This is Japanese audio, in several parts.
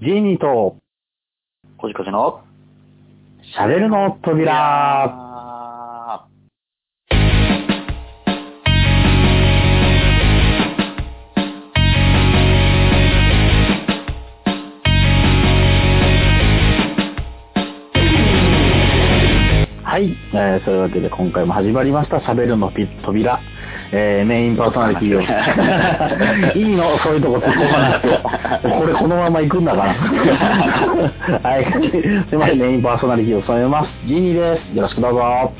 ジーニーと、こじこじのシャベルの扉。ラはい、えー、そういうわけで今回も始まりました、シャベルのピ扉。えー、メインパーソナリテ ィを。いいのそういうとこ突っ込まなくて。これこのまま行くんだから。はい、すいません、メインパーソナリティを務めます。ジーニーです。よろしくどうぞ。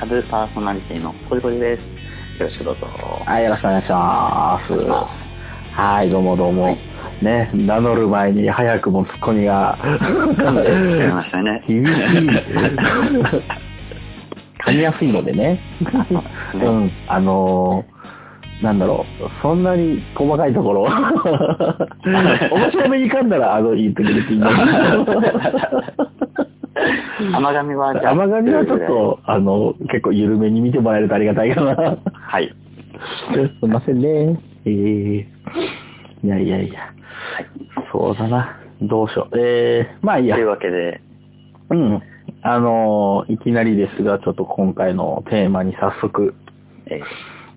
サブパーソナリティのこじこじです。よろしくどうぞ。はい、よろしくお願いしますお願いしま。はい、どうもどうも。ね、名乗る前に早くもツッコミ が。噛んでしまいましたね。厳しい。噛みやすいのでね。ううんん、あのーなんだろう、そんなに細かいところ。面白めに噛んだら、あの、いいとこで気にな甘噛みはじゃあ甘噛みはちょっ。と、あの、結構緩めに見てもらえるとありがたいかな。はい。すいませんね。えー、いやいやいや。そうだな。どうしよう。えー、まあいいとやい。うわけで、うん。あのーいきなりですが、ちょっと今回のテーマに早速、えー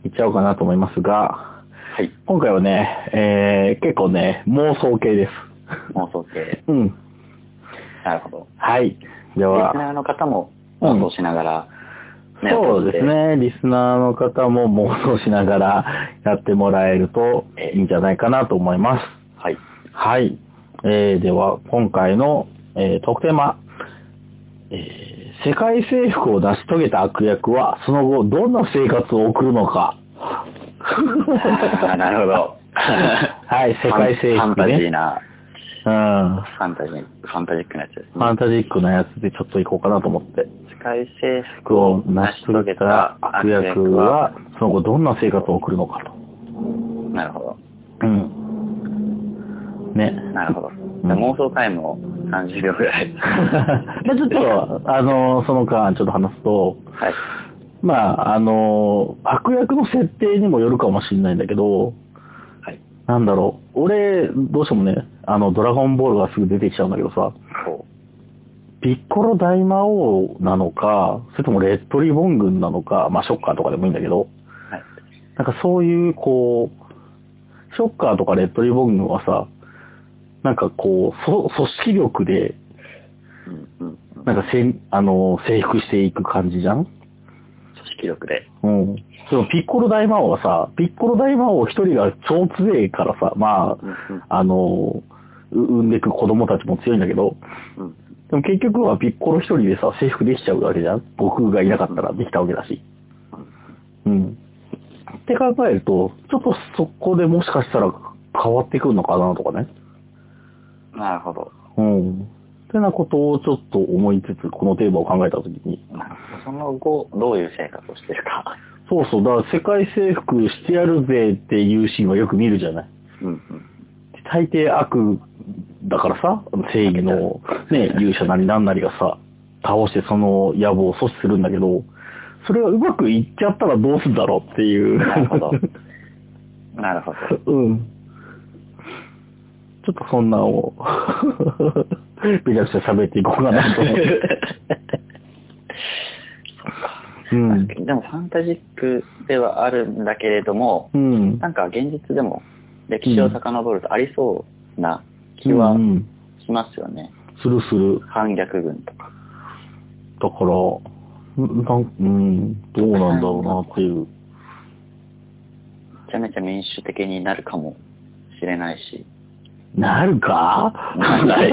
いっちゃおうかなと思いますが、はい。今回はね、えー、結構ね、妄想系です。妄想系。うん。なるほど。はい。でリはス、ナーの方も妄想しながら、そうです。ね。リスナーの方も妄想しながらやってもらえるといいんじゃないかなと思います。 はい。はい。えー、では、今回の、えー、特テーマ、えー世界征服を成し遂げた悪役は、その後、どんな生活を送るのか。あーなるほど。はい、世界征ファンファン服タジーね。な、うん。ファンタジー、ファンタジックなやつですフねァ。ンタジックなやつでちょっと行こうかなと思って。世界征服服をを成成しし遂遂げげたた悪悪役役はは、その後どんな生活を送るのかと。なるほど。うん。ね。 なるほど。ん妄想タイムを30秒ぐらい。で、ちょっと、あの、その間ちょっと話すと、はい。まあ、あの、悪役の設定にもよるかもしれないんだけど、はい。なんだろう、俺、どうしてもね、あの、ドラゴンボールがすぐ出てきちゃうんだけどさ、こピッコロ大魔王なのか、それともレッドリボン軍なのか、まあ、ショッカーとかでもいいんだけど、う。はい。なんかそういう、こう、ショッカーとかレッドリボン軍はさ、なんかこう、そ組織力で、うんうん。なんかせん、あの、征服していく感じじゃん組織力で。うん。でもピッコロ大魔王はさ、ピッコロ大魔王一人が超強いからさ、まうんうあ、んあの、う産んでく子供たちも強いんだけど、うん。でも結局はピッコロ一人でさ、征服できちゃうわけじゃん悟空がいなかったらできたわけだし。うん。って考えると、ちょっとそこでもしかしたら変わってくるのかなとかね。なるほど。うん。ってなことをちょっと思いつつ、このテーマを考えたときに。なるほどその後、どういう生活をしてるか。そうそう、だから世界征服してやるぜっていうシーンはよく見るじゃないうんうん。大抵悪だからさ、正義の、ね、勇者なりなんなりがさ、倒してその野望を阻止するんだけど、それがうまくいっちゃったらどうすんだろうっていう。なるほどなるほど。うん。ちょっとそんなの を、めちゃくちゃ喋っていこうかなと思って。うん。でもファンタジックではあるんだけれども、うん。なんか現実でも歴史を遡るとありそうな気はうんしますよね。するする。反逆軍とか。だから、んなんうん、どうなんだろうなっていう。めちゃめちゃ民主的になるかもしれないし。なるか ない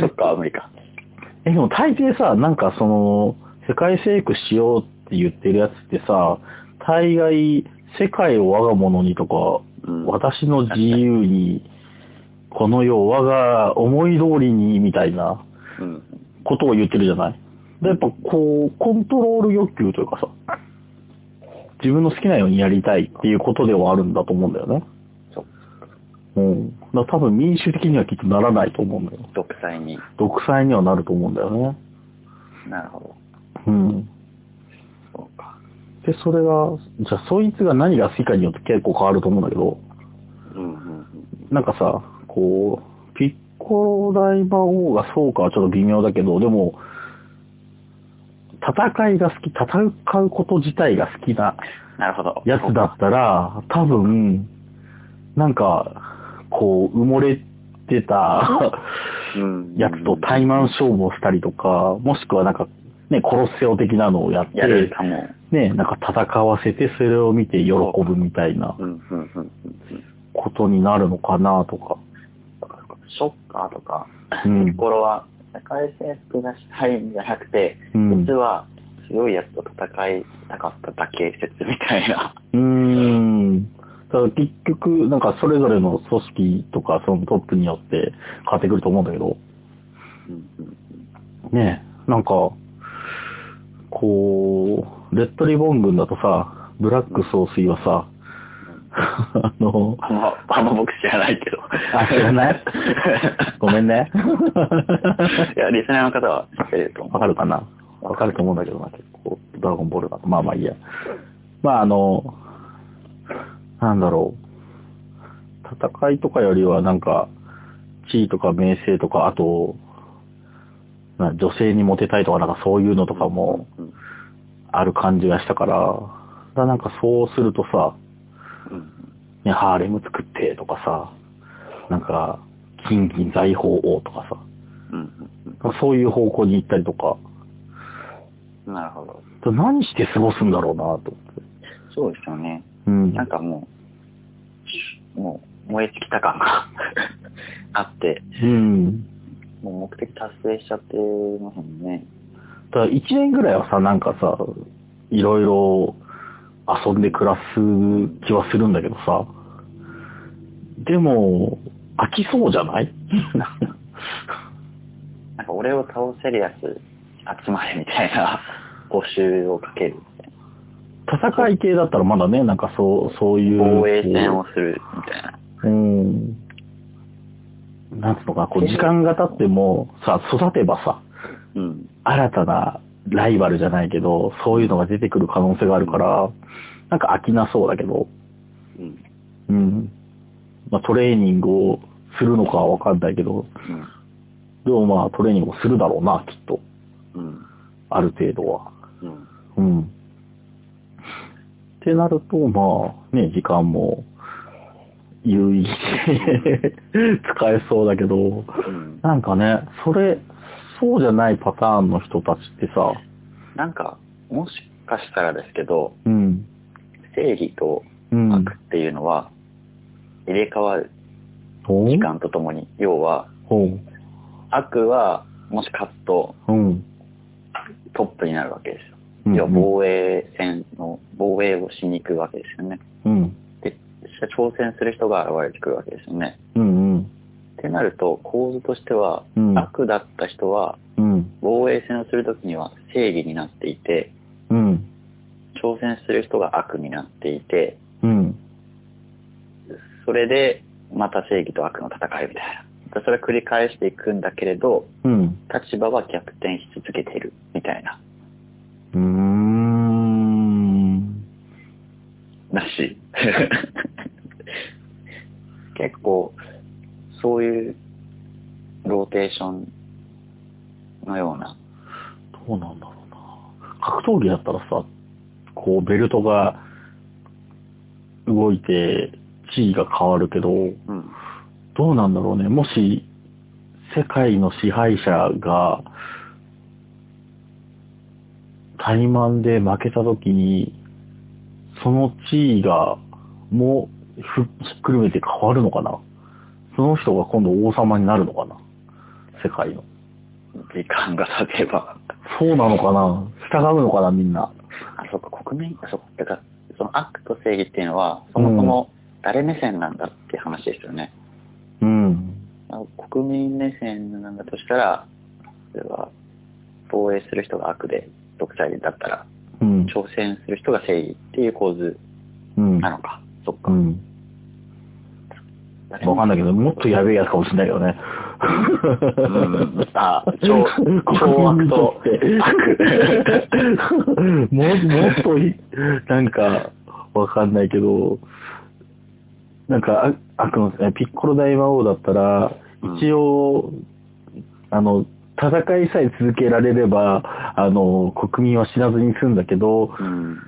そっか、は無理か。え、でも大抵さ、なんかその、世界征服しようって言ってるやつってさ、大概、世界を我が物にとか、うん私の自由に、この世を我が思い通りに、みたいなうん。ことを言ってるじゃないでやっぱこう、コントロール欲求というかさ、自分の好きなようにやりたいっていうことではあるんだと思うんだよね。そう。うん。だから多分民主的にはきっとならないと思うんだよ。独裁に。独裁にはなると思うんだよね。なるほど。うん。そうか。で、それが、じゃあそいつが何が好きかによって結構変わると思うんだけど、うんうんうん。なんかさ、こう、ピッコロ大魔王がそうかはちょっと微妙だけど、でも、戦いが好き、戦うこと自体が好きななるほど。やつだったら、多分、なんか、こう、埋もれてたうん。やつと対マン勝負をしたりとか、もしくはなんか、ね、殺せよ的なのをやって、やるかも。ね、なんか戦わせてそれを見て喜ぶみたいなうん、うん、うん。うんことになるのかなとか。ショッカーとか、うピんッコロは社会征服がしたいんじゃなくて、うん実は強いやつと戦いたかっただけ説みたいな。うーん。だから結局、なんかそれぞれの組織とかそのトップによって変わってくると思うんだけど、うんうんねえ、なんか、こう、レッドリボン軍だとさ、ブラック総帥はさ、 あの、あんま、あんま僕知らないけど。あ知らないごめんね。 いや、リスナーの方は知ってると思わかるかなわかると思うんだけどな、結構。ドラゴンボールだと。まあまあいいや。まああの、なんだろう。戦いとかよりはなんか、地位とか名声とか、あと、な女性にモテたいとか、なんかそういうのとかもう。うんある感じがしたから、だからなんかそうするとさ、うんね、ハーレム作ってとかさ、なんか、金銀財宝をとかさ、うんそういう方向に行ったりとか、うんなるほど。だから何して過ごすんだろうなと思って。そうですよね。うんなんかもう、もう燃え尽きた感が あって、うん。もう目的達成しちゃってますもんね。ただ一年ぐらいはさ、なんかさ、いろいろ遊んで暮らす気はするんだけどさ、でも、飽きそうじゃ ないなんか俺を倒せるやつ集まれみたいな募集をかけるみたい戦い系だったらまだね、なんかそう、そういう。な。防衛戦をするみたいな。うん。なんつうのかな、こう時間が経ってもさ、育てばさ、うん。新たなライバルじゃないけど、そういうのが出てくる可能性があるから、なんか飽きなそうだけど、うん。うん。まあ、トレーニングをするのかはわかんないけど、でもまあトレーニングをするだろうな、きっと。うん。うん。ある程度は。ううん。ん。ってなると、まあね、時間も有意義で 使えそうだけど、うん。なんかね、それ、そうじゃないパターンの人たちってさ、なんか、もしかしたらですけど、うん。正義とうん。悪っていうのは、入れ替わるほう時間とともに、要は、ほう。悪は、もし勝つとうん。トップになるわけですよ。うん要は防衛戦の、防衛をしに行くわけですよね。うん。で、挑戦する人が現れてくるわけですよね。うんってなると構図としては、うん悪だった人はうん。うん。防衛戦をするときには正義になっていてうん。挑戦する人が悪になっていてうん。それでまた正義と悪の戦いみたいなそれを繰り返していくんだけれどうん。立場は逆転し続けているみたいなうーん。らしい 結構そういうローテーションのようなどうなんだろうな。格闘技だったらさ、こうベルトが動いて地位が変わるけど、うんどうなんだろうね。もし、世界の支配者が、怠慢で負けた時に、その地位が、もう、ふひっくるめて変わるのかなその人が今度王様になるのかな世界の。時間が経てばそうなのかな従うのかなみんな。あ、そうか、国民、あ、そうか、だから、その悪と正義っていうのは、そもそも誰目線なんだっていう話ですよね。うん。あ国民目線なんだとしたら、それは、防衛する人が悪で、独裁だったら、うん。挑戦する人が正義っていう構図うん。なのか。そっうか。ん。誰目わかんないけど、もっとやべえやつかもしれないけどね。うん。あ、 超、超悪と、悪。も、もっとい、なんか、わかんないけど、なんか、あ悪の、えピッコロ大魔王だったら、うん一応、あの、戦いさえ続けられれば、あの、国民は死なずに済んだけど、うん。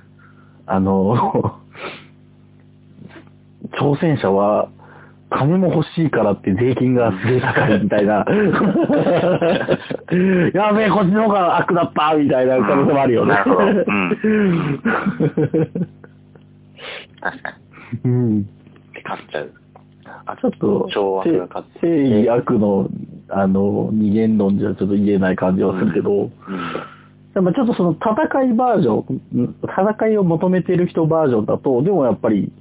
あの、 挑戦者は、金も欲しいからって税金がすげえ高いみたい な。やべえ、こっちの方が悪だったみたいな可能性もあるよね。なるほど。うん。確かうに。ん。勝っちゃう。あちょっと、超悪が勝っせ正義悪の、あの、二元論じゃちょっと言えない感じはするけど、でもちょっとその戦いバージョン、戦いを求めてる人バージョンだと、でもやっぱり、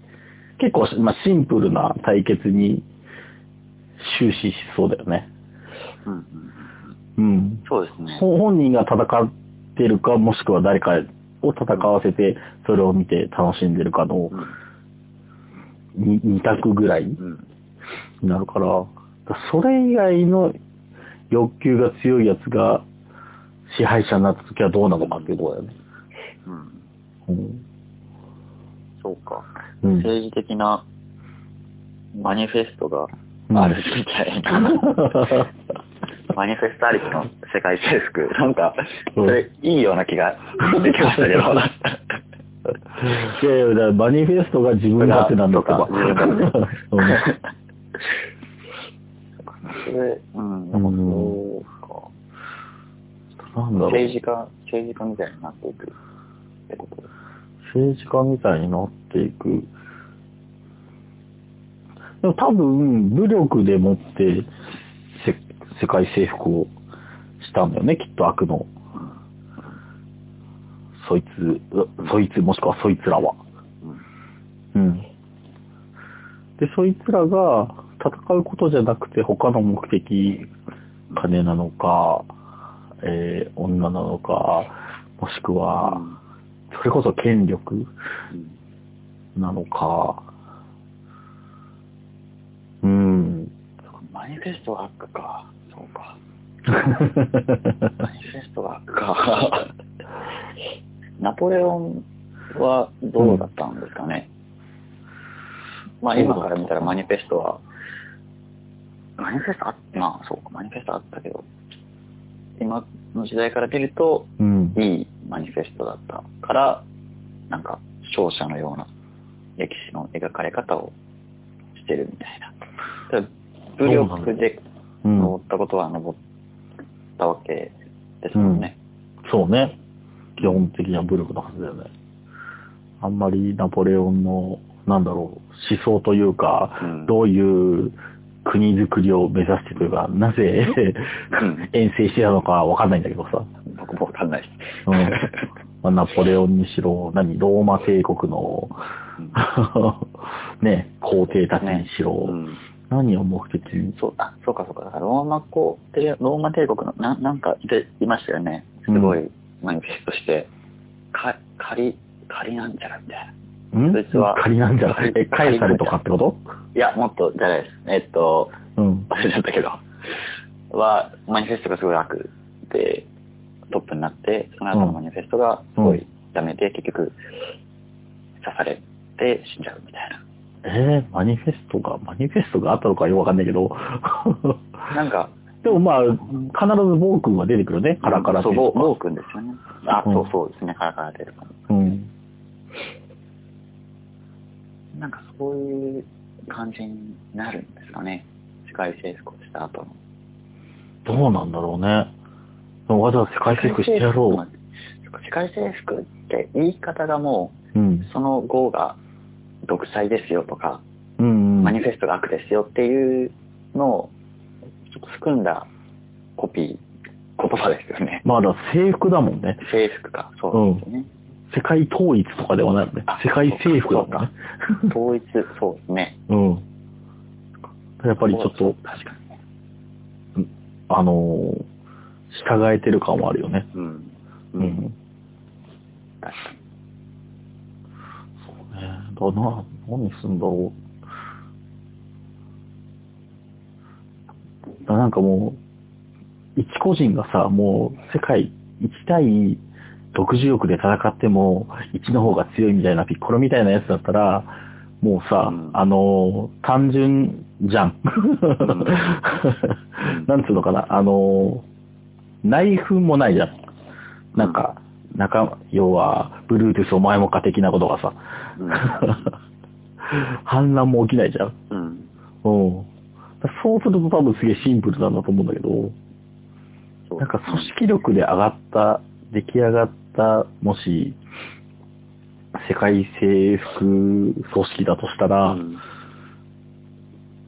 結構し、まあ、シンプルな対決に終始しそうだよね。うん。うん。うん。そうですね。ほ本人が戦ってるか、もしくは誰かを戦わせて、それを見て楽しんでるかのうん。に二択ぐらいうん。になるから、それ以外の欲求が強いやつが支配者になった時はどうなのかっていうところだよね。うん。うん。そうか。うん政治的なマニフェストがうんあるみた いな。マニフェストありきの世界征服。なんか、うんそれいいような気がしてきましたけど。 いやいや、だからマニフェストが自分勝手なんだから。自分勝手うんそれ、うん、なんかそうか。なんだろう政。治家、政治家みたいになっていくってこと政治家みたいになっていく。でも多分、武力でもってせ、世界征服をしたんだよね、きっと悪の。そいつ、うそいつもしくはそいつらは。うん。で、そいつらが戦うことじゃなくて他の目的、金なのか、えー女なのか、もしくは、それこそ権力うんなのか。うん。マニフェストが悪か。そう か。マニフェストが悪か。ナポレオンはどうだったんですかね。まあ今から見たらマニフェストは、マニフェストあまあそうか、マニフェストあったけど、今の時代から見ると、うん。いいマニフェストだったから、なんか、勝者のような歴史の描かれ方をしてるみたいな。ただ武力でうん登ったことは登ったわけですもんね。そうね。基本的には武力のはずだよね。あんまりナポレオンの、なんだろう、思想というか、うんどういう国づくりを目指してというか、な ぜうん遠征してたのかわかんないんだけどさ。僕もわかんないです。うん まあ、ナポレオンにしろ、何、ローマ帝国のうん、 ね、皇帝たちにしろ、うん何を目的に、そう、あ、そうかそうか。だからローマ皇帝、ローマ帝国の、ななんかいていましたよね。すごいマニフェストして、か、仮、仮なんちゃらみたいな。んそいつは仮なんじゃないえ、カエサルとかってこといや、もっと、じゃないです。えっと、うん。忘れちゃったけど、は、マニフェストがすごい悪で、トップになって、その後のマニフェストがすごいダメで、結局、刺されて死んじゃうみたいえーマニフェストが、マニフェストがあったのかよくわかんないけど。 な。なんか、でもまあ、必ずボー君は出てくるね、カラカラそとう、いゴうーかゴーくんですよね。あ、うんそうそうですね、カラカラ出るかも。うん。なんかそういう感じになるんですかね。世界征服をした後の。どうなんだろうね。でもわざわざ世界征服してやろ世界征服って言い方がもう。うんう、。そのゴーが独裁ですよとか、うん、うマんニ。フェストが悪ですよっていうのをちょっと含んだコピー、言葉ですよね。まあだ、制服だもんね。制服か、そうですよね。世界統一とかではないもんねあ。世界征服だもんね。統一、そうですね。うん。やっぱりちょっと、確かにね。あのー従えてる感はあるよね。うん。ううん。ん。確かに。そうね。だな、何すんだろう。だなんかもう、一個人がさ、もう世界1対60億で戦っても、1の方が強いみたいな、ピッコロみたいなやつだったら、もうさ、うんあのー単純じゃん。ん なんつうのかな、あのー内紛もないじゃん。なんか、仲、要は、ブルートゥースお前もか的なことが さ、反乱も起きないじゃん。うん。うん。そうすると多分すげえシンプルなんだと思うんだけど、そうなんか組織力で上がった、出来上がった、もし、世界征服組織だとしたうら、ん。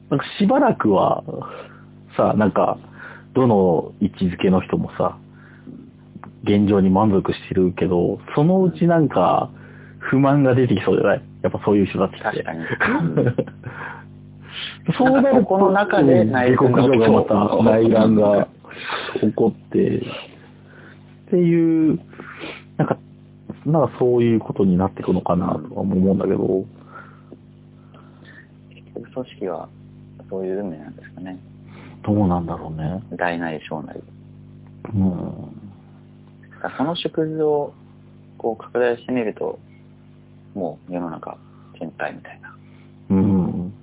なんかしばらくは、さ、なんか、どの位置づけの人もさ、現状に満足してるけど、そのうちなんか、不満が出てきそうじゃないやっぱそういう人だってき確てか。に。そうななるんかそこの中で内内乱国が起きそうがまた内乱が起こって、っていう、なんか、なんかそういうことになっていくのかなとは思うんだけど、組織はそういう運命なんですかね。どうなんだろうね。大なり小なり。うん。だからその縮図をこう拡大してみると、もう世の中全体みたいな。うん。うん。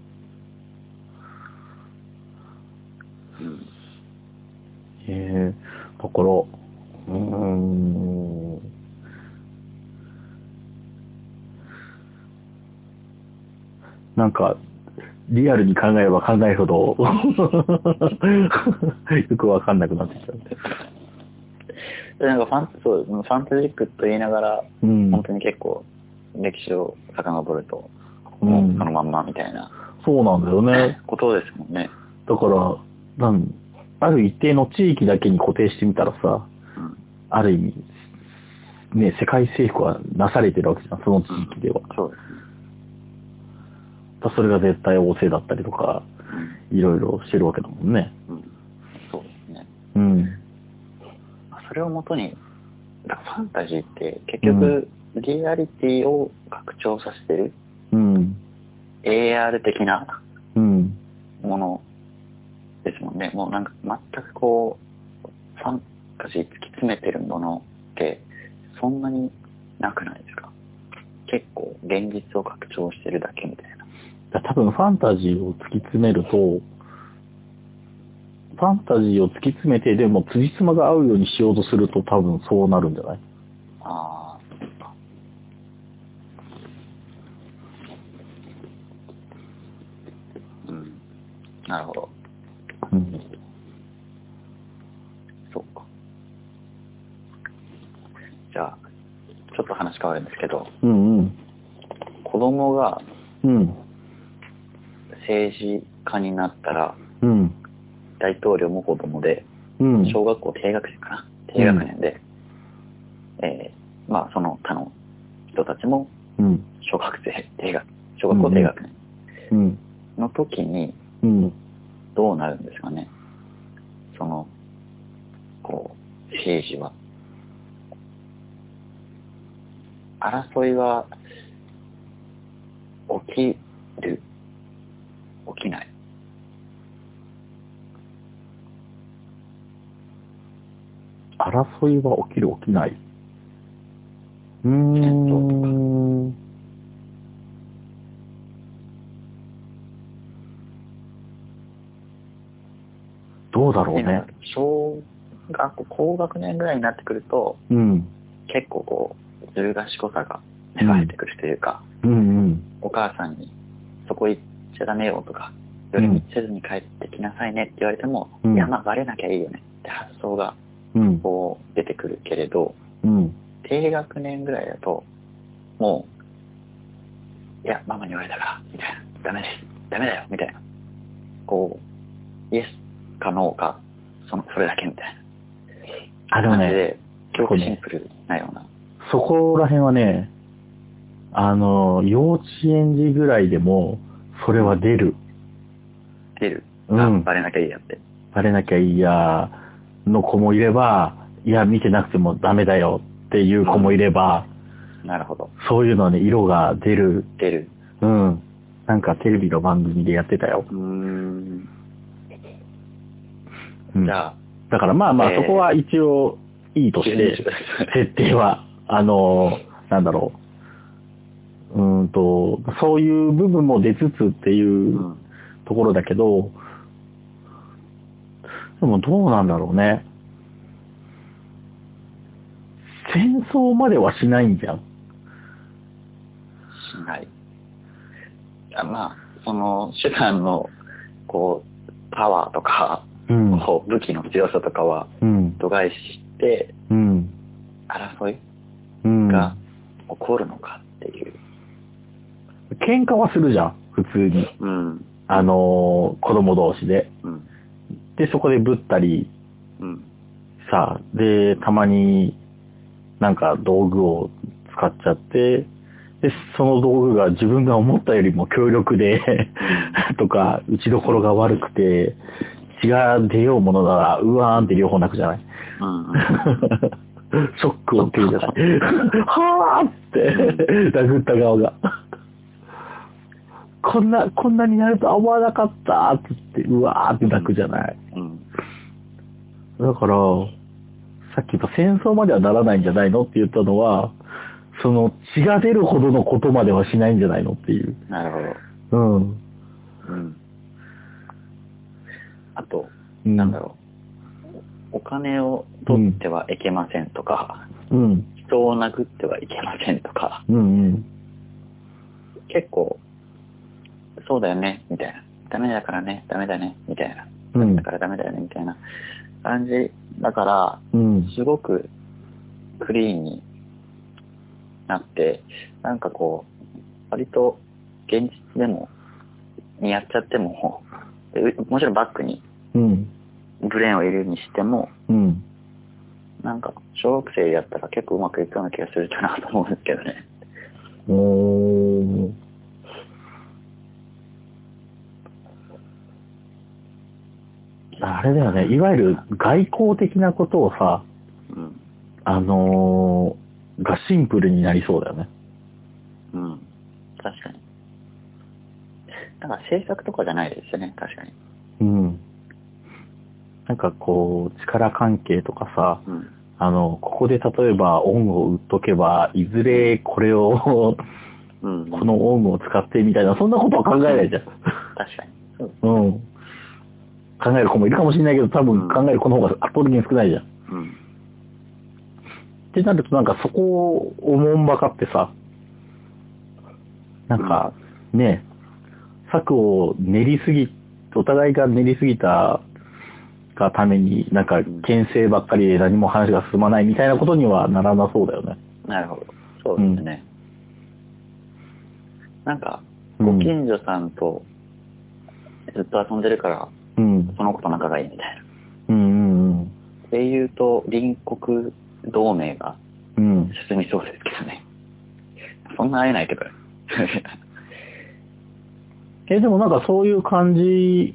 へえだから、うーん。なんか、リアルに考えれば考えるほど、 よくわかんなくなってきた。でなんかファン、そう、ファンタジックと言いながら、うん。本当に結構歴史を遡ると、うんもうそのまんまみたいなそうなんだよね。ことですもんね。だから、なん、ある一定の地域だけに固定してみたらさ、うん。ある意味、ね、世界征服はなされてるわけじゃん、その地域では。そうですだからそれが絶対王政だったりとか、ね。いろいろしてるわけだもんね。うん。うん、そうですね。うん。それをもとに、だからファンタジーって結局、リアリティを拡張させてる、うん。 AR 的なうん。ものですもんね。もうなんか全くこう、ファンタジー突き詰めてるものって、そんなになくないですか結構現実を拡張してるだけみたいな。だ多分ファンタジーを突き詰めると、ファンタジーを突き詰めて、でも辻褄が合うようにしようとすると多分そうなるんじゃないああ、うん。なるほど。うん。そうか。じゃあ、ちょっと話変わるんですけど、うんうん。子供がうん。政治家になったら、うん。大統領も子供で、うん。小学校低学年かな低学年で、えー、まあその他の人たちもうん。小学生、低学、小学校低学年うん。の時にうん。どうなるんですかねその、こう、政治は。争いは起きる起きない争いは起きる起きないうーん。どうだろうでなんねか。小学校、高学年ぐらいになってくると、うん。結構こう、ずる賢さが芽生えてくるというか、うんうん。お母さんに、そこ行っちゃダメよとか、寄り道せずに帰ってきなさいねって言われても、うんいや、まあバレなきゃいいよねって発想がうん。こう出てくるけれど、うん。低学年ぐらいだと、もう、いや、ママに言われたから、みたいな、ダメです、ダメだよ、みたいな。こう、イエスかノーか、その、それだけみたいあ、でなも感じね、で、結構シンプルなような。そこら辺はね、あの、幼稚園児ぐらいでも、それは出る。出る。うあん。バレなきゃいいやって。バレなきゃいいや、の子もいれば、いや、見てなくてもダメだよっていう子もいれば、なるほど。そういうのはね、色が出る。出る。うん。なんかテレビの番組でやってたよ。うーん。うん、じだゃあ、からまあまあ、えー。そこは一応、いいとして、設定は、あの、なんだろう。うーんと、そういう部分も出つつっていううんところだけど、でもどうなんだろうね。戦争まではしないんじゃん。しない。いやまあ、その、手段の、こう、パワーとか、うんこう武器の強さとかはうん。度外視して、うん。争いうん。が起こるのかっていう。喧嘩はするじゃん、普通に。うん。あのー子供同士で。うん。で、そこでぶったり、うん。さ、で、たまになんか道具を使っちゃって、で、その道具が自分が思ったよりも強力で、 とか、打ちどころが悪くて、血が出ようものなら、うわーんって両方泣くじゃないうん。ショックを受けるじゃないはーって、殴った側が。こんな、こんなになると思わなかったーって言って、うわーって泣くじゃない。うん。だから、さっき言った戦争まではならないんじゃないのって言ったのは、その血が出るほどのことまではしないんじゃないのっていう。なるほうん。ど。うん。あと、ななんだろう。お金を取ってはいけませんとか、う。うん。人を殴ってはいけませんとか、うんうん。結構、そうだよね、みたいな。ダメだからね、ダメだね、みたいな。うんだからダメだよね、みたいな感じ。だから、うん。すごくクリーンになって、なんかこう、割と現実でも、にやっちゃっても、でうもちろんバックにうん。ブレーンを入れるにしても、うん。なんか小学生やったら結構うまくいくような気がするかなと思うんですけどね。おー。あれだよね。いわゆる外交的なことをさ、うん。あのー、がシンプルになりそうだよね。うん。確かに。だから政策とかじゃないですよね、確かに。うん。なんかこう、力関係とかさ、うん。あの、ここで例えば恩を売っとけば、いずれこれを、 うん。この恩を使ってみたいな、そんなことは考えないじゃん。確かに。そううん。考える子もいるかもしれないけど、多う分ん考える子の方が圧倒的に少ないじゃん。っうん。てなるとなんかそこをおもんばかってさ、なんか、ね、策を練りすぎ、お互いが練りすぎたがために、なんか、牽制ばっかりで何も話が進まないみたいなことにはならなそうだよね。なるほど。そうですね。なんか、うんご近所さんとずっと遊んでるから、うん。その子と仲がいいみたいな。うんうんっていうと、隣国同盟がうん。うん。進みそうですけどね。そんな会えな いけどね。え、でもなんかそういう感じ、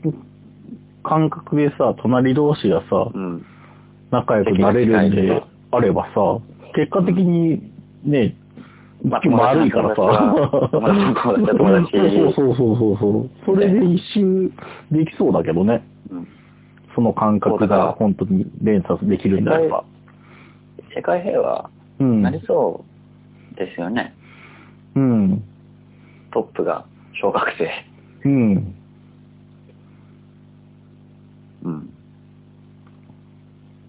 感覚でさ、隣同士がさ、うん。仲良くなれるんであればさ、結果的にね、まあ丸いからさ。友達の友達は友達そうそうそうそうそう。それで一周できそうだけどね。うんその感覚が本当に連鎖できるんであれば。世界平和うん。なりそうですよね。うん。トップが小学生。うん。うん。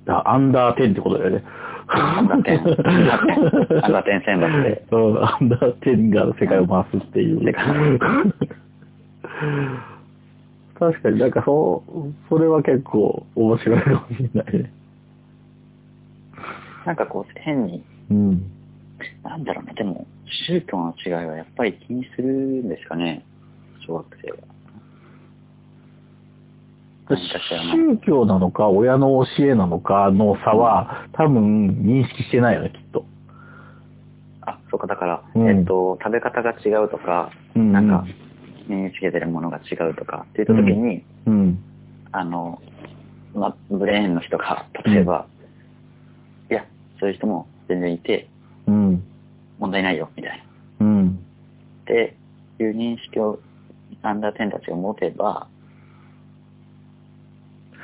だアンダーテンってことだ よね。アンダ ーテン。アンダーテン選抜で。うんアンダーテンが世界を回すっていう。世界確かになんかそう、それは結構面白いかもしれないね。なんかこう、変にうん。なんだろうね、でも、宗教の違いはやっぱり気にするんですかね、小学生は。何かしらの。宗教なのか親の教えなのかの差は多分認識してないよね、きっと。あ、そうか、だから、うんえっと、食べ方が違うとか、うんなんか、身につけてるものが違うとかって言った時に、うん。あの、まあ、ブレーンの人が、例えば、いや、そういう人も全然いて、うん。問題ないよ、みたいな。っうん。ていう認識を、アンダーテンたちが持てば、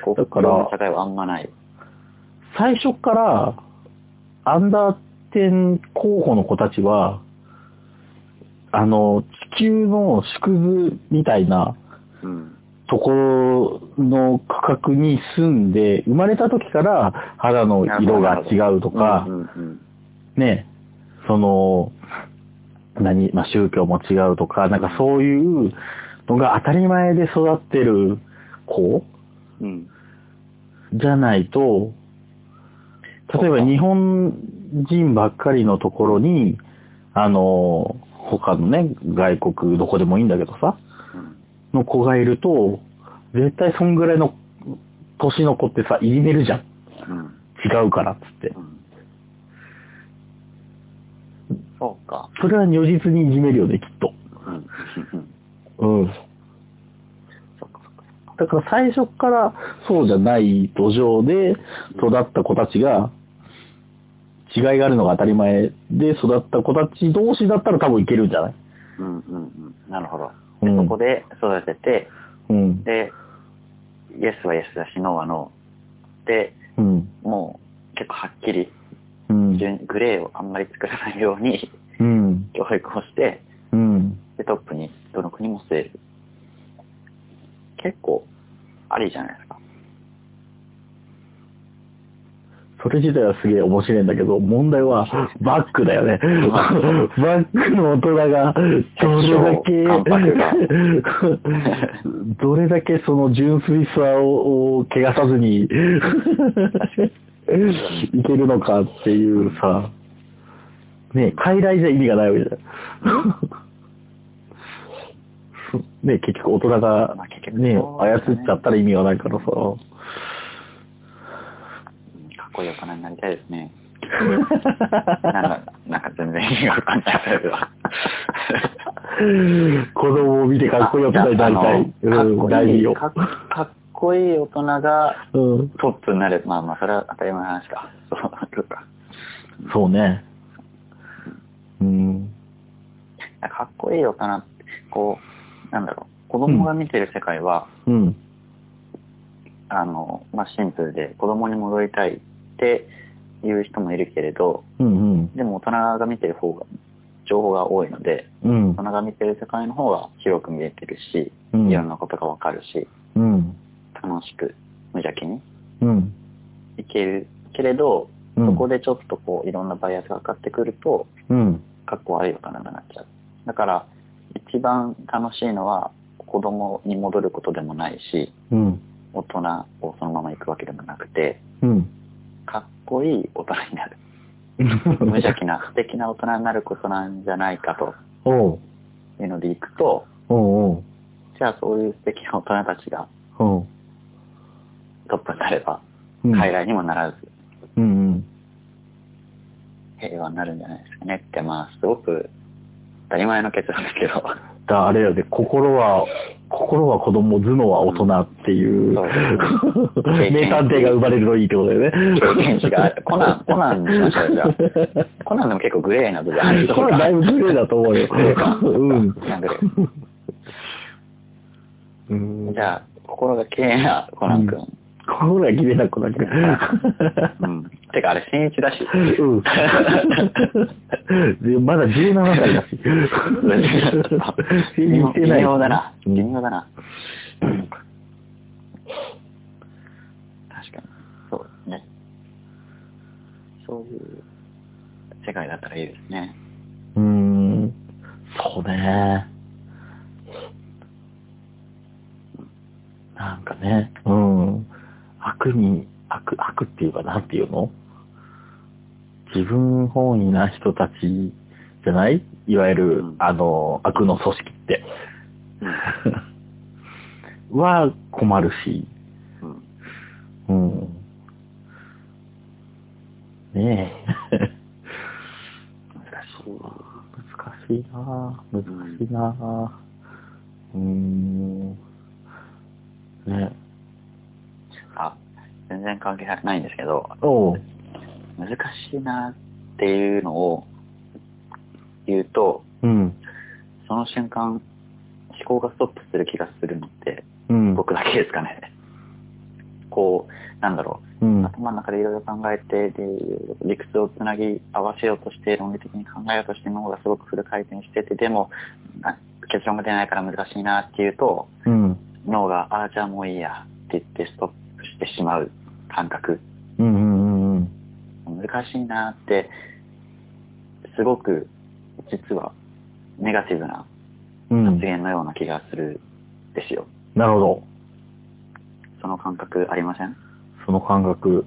こう、だから境はあんまない。最初から、アンダーテン候補の子たちは、あの、地球の縮図みたいなうん。ところの区画に住んで、生まれた時から肌の色が違うとかう、んうんね、その、何、まあ、宗教も違うとか、なんかそういうのが当たり前で育ってる子うん。うん。じゃないと、例えば日本人ばっかりのところに、あの、他のね、外国、どこでもいいんだけどさ、の子がいると、絶対そんぐらいの年の子ってさ、いじめるじゃん。うんうん。違うからっつってう。ん。そうか。それは如実にいじめるよね、きっと。うん。うん。そっかそっか。だから最初からそうじゃない土壌で育った子たちが、違いがあるのが当たり前で育った子たち同士だったら多分いけるんじゃないうんうんうん。なるほど。うでんそこで育てて、うん。で、イエスはイエスだし、ノーはノー。で、うん。もう結構はっきり、うん。順グレーをあんまり作らないようにうん。教育をして、うん。で、トップにどの国も据える。結構、ありじゃないですか。それ自体はすげえ面白いんだけど、問題はバックだよね。バックの大人 が、感 覚がどれだけ、どれだけその純粋さをを汚さずに、い けるのかっていうさ、ね、傀儡じゃ意味がないわけじゃん。ね、結局大人がまあ結、局ね、そうだね操っちゃったら意味がないからさ。うんかっこいい大人になりたいですね。なんか、なんか全然意味がわかんないけど。子供を見てかっこよくなりたい。あうん、のかっ大こい事いよ。かっかっこいい大人がうん。トップになる。まあまあ、それは当たり前の話か。そう、そうか。そうね。うん。かっこいい大人って、こう、なんだろう、子供が見てる世界は、うん。あの、まあ、シンプルで、子供に戻りたいっていう人もいるけれど、うんでも大人が見てる方が、情報が多いので、うん。うん大。人が見てる世界の方が広く見えてるし、うんいろんなことがわかるし、うん。楽しく、無邪気にうん。いけるけれど、うんそこでちょっとこう、いろんなバイアスがかかってくると、うん。かっこ悪い大人になっちゃう。だから、一番楽しいのは、子供に戻ることでもないし、うん。大人をそのまま行くわけでもなくて、うん。かっこいい大人になる。無邪気な素敵な大人になることなんじゃないかとおう。いうので行くと、おうじゃあそういう素敵な大人たちがおう。おう。トップになれば、うん。傀儡にもならずうん平和になるんじゃないですかねって、まあすごく当たり前の結論ですけど、うん。だ、あれよね、心は、心は子供、頭脳は大人っていうそうですね名探偵が生まれるといいってことだよね。経験値がある。コナン、コナンにしましょう、じゃあ。コナンでも結構グレーな部分あるとこ思うれかだらいぶグレーだと思うよ。うん。なんかねうんじゃあ、心が綺麗なコナン君。これは切れなくなる。うん。てか、あれ、新一だし。うん。でまだ17歳 だし。微妙てない微妙だな。うん微妙だな。確かに。そうですね。そういう世界だったらいいですね。うん。そうね。なんかね、うん。悪に、悪、悪っていうかなんていうの自分本位な人たちじゃないいわゆる、うんあの、悪の組織って。は困るし。うん。うん。ねえ。難しいな。難しいなぁ。難しいなぁ。うーん。ねあ、全然関係ないんですけど、おう。難しいなっていうのを言うと、うん。その瞬間、思考がストップする気がするのって、うん。僕だけですかね。こう、なんだろうんう、。頭の中でいろいろ考えて、で、理屈をつなぎ合わせようとして、論理的に考えようとして、脳がすごくフル回転してて、でも、あ結論が出ないから難しいなっていうと、うん。脳が、ああ、じゃあもういいやって言ってストップしてしまう感覚。うんうんうん難しいなって、すごく、実は、ネガティブなうん。う発ん。言のような気がするんですよ。なるほど。その感覚ありませんその感覚。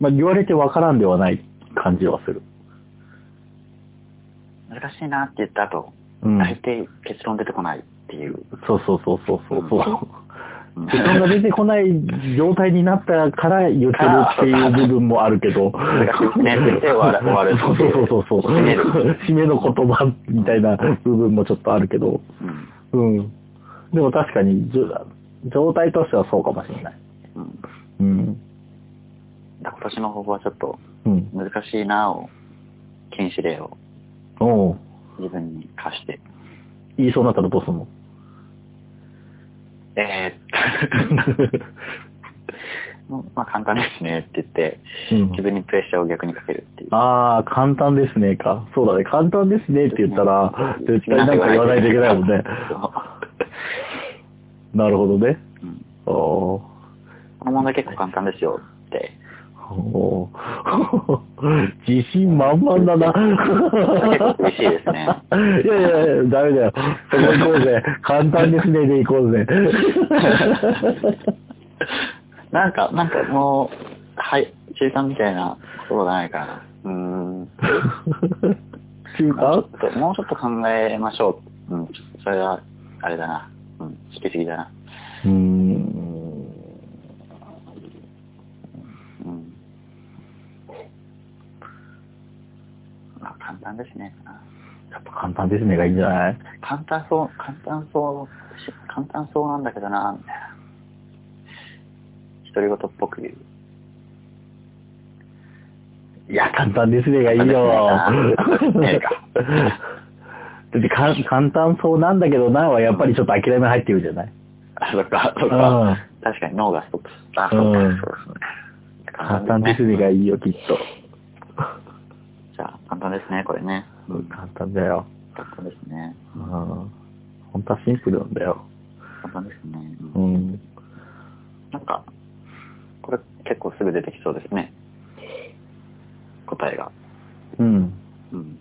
まあ、言われてわからんではない感じはする。難しいなって言った後、うん。大抵結論出てこないっていう。 そうそうそうそうそうそう。うん結論が出てこない状態になったから言ってるっていう部分もあるけど。 ね出て終わる終わるそうそうそうそう。締める締めの言葉みたいな部分もちょっとあるけど。うんうん。でも確かに、じゅ状態としてはそうかもしれない。うんうん。だ今年の方法はちょっとうん。難しいなを、禁止令をおう自分に課して。言いそうになったらどうすんのえー、もう まあ簡単ですねって言って、うん自分にプレッシャーを逆にかけるっていう。ああ、簡単ですねか。そうだね。簡単ですねって言ったら、絶対なんか言わないといけないもん ね。なるほどね。そあーううんこの問題結構簡単ですよって。おー 自信満々だな。 結構厳しいですね。いやいやいや、ダメだよ。そこ行こうぜ。簡単ですねで行こうぜ。なんか、なんかもう、はい、中さんみたいなそうじゃないかな。うーん。も中うちょ間っともうちょっと考えましょう。うん、ちょっとそれは、あれだな。うん、引きすぎだな。うーん。うん。まあ、簡単ですね。やっぱ簡単ですねがいいんじゃない簡単そう、簡単そうし、簡単そうなんだけどな、みたいな。独り言っぽく言う。いや、簡単ですねがいいよ。ねえか。だってかん簡単そうなんだけどなはやっぱりちょっと諦め入ってるじゃないあ、そっか、そうっんか。確かに脳がストップする。あ、そっか、うんそうですね。簡単ですねがいいよ、きっと。じゃあ、簡単ですね、これね。簡単だよ。簡単ですね。うん。本当はシンプルなんだよ。簡単ですね。うんうん。なんか、これ結構すぐ出てきそうですね。答えが。うん。うん。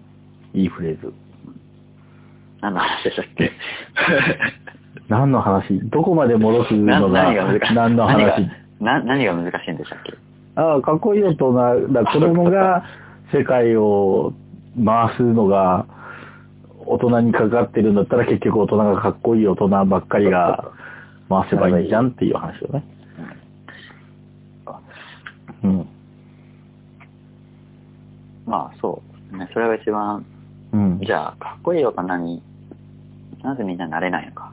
いいフレーズ。何の話でしたっ け何の話どこまで戻すなの何が難しがい何の話何がな何が難しいんでしたっけああ、かっこいい大人、だ子供 が世界を回すのが大人にかかってるんだったら結局大人がかっこいい大人ばっかりが回せばいいじゃんっていう話だね。うん。まあ、そう。ね、それが一番、うん。じゃあ、かっこいい大人になぜみんななれないのか。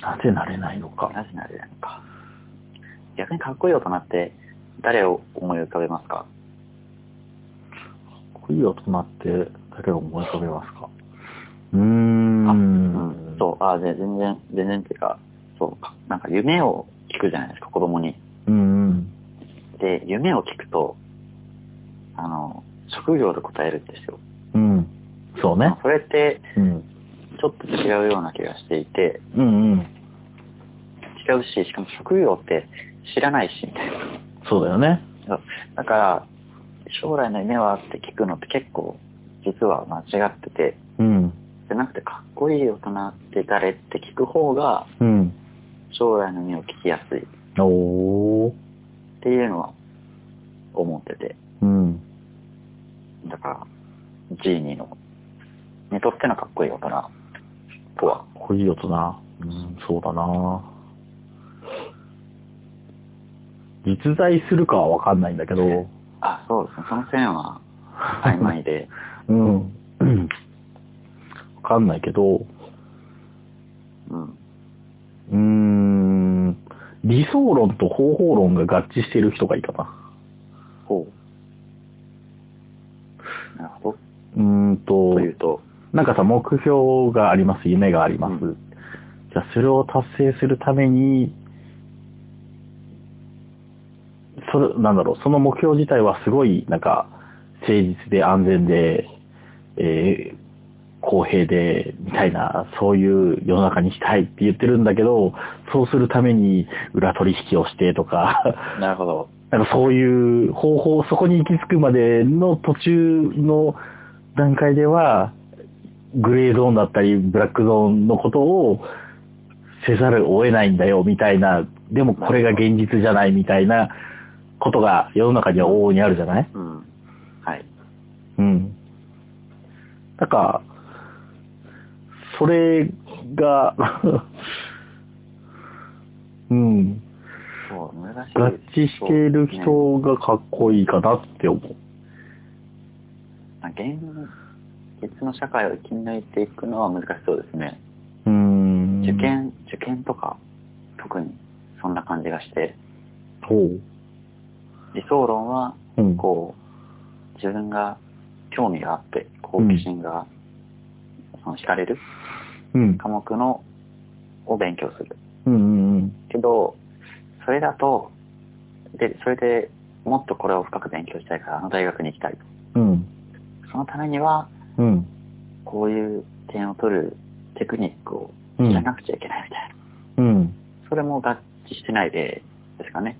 なぜなれないのか。なぜなれないのか。逆にかっこいい大人って誰を思い浮かべますかかっこいい大人って誰を思い浮かべますかうーあん。そう、あぜ全然、全然っていうか、そうか、なんか夢を聞くじゃないですか、子供に。う。うん。で、夢を聞くと、あの、職業で答えるんですよ。うん。そうね。それって、うん。ちょっと違うような気がしていて、うんうん。違うし、しかも職業って知らないし、みたいな。そうだよね。だから、将来の夢はって聞くのって結構、実は間違ってて、うん。じゃなくて、かっこいい大人って誰って聞く方が、うん。将来の夢を聞きやすいっおー。ていうのは、思ってて。うん。だから、ジーニーの、にとってのかっこいい大人とは、かっこいい大人。うん、そうだな実在するかはわかんないんだけど、あ、そうですね。その線は曖 昧で、うん。わかんないけど、うん。うーん、理想論と方法論が合致してる人がいいかな。ほう。なるほど。うーんとと、いうと、なんかさ、目標があります、夢があります。じゃあそれを達成するために、それ、なんだろう、その目標自体はすごい、なんか、誠実で安全で、えー公平で、みたいな、そういう世の中にしたいって言ってるんだけど、そうするために裏取引をしてとか、なるほど。なんかそういう方法、そこに行き着くまでの途中の段階では、グレーゾーンだったり、ブラックゾーンのことをせざるを得ないんだよ、みたいな、でもこれが現実じゃないみたいなことが世の中には往々にあるじゃないうん。はい。うん。なんか、それが、 うん、そう、難しい。合致している人がかっこいいかなって思う。そうですね。現実の社会を生き抜いていくのは難しそうですね。うん。受験、受験とか、特にそんな感じがして、ほう。理想論は、うん。こう、自分が興味があって、好奇心が、その惹かれるうん。科目の、を勉強する。うんうんけど、それだと、で、それでもっとこれを深く勉強したいから、あの大学に行きたいと。うん。うん。そのためには、うん。こういう点を取るテクニックをう知らん。なくちゃいけないみたいな。うん。それも合致してないで、ですかね。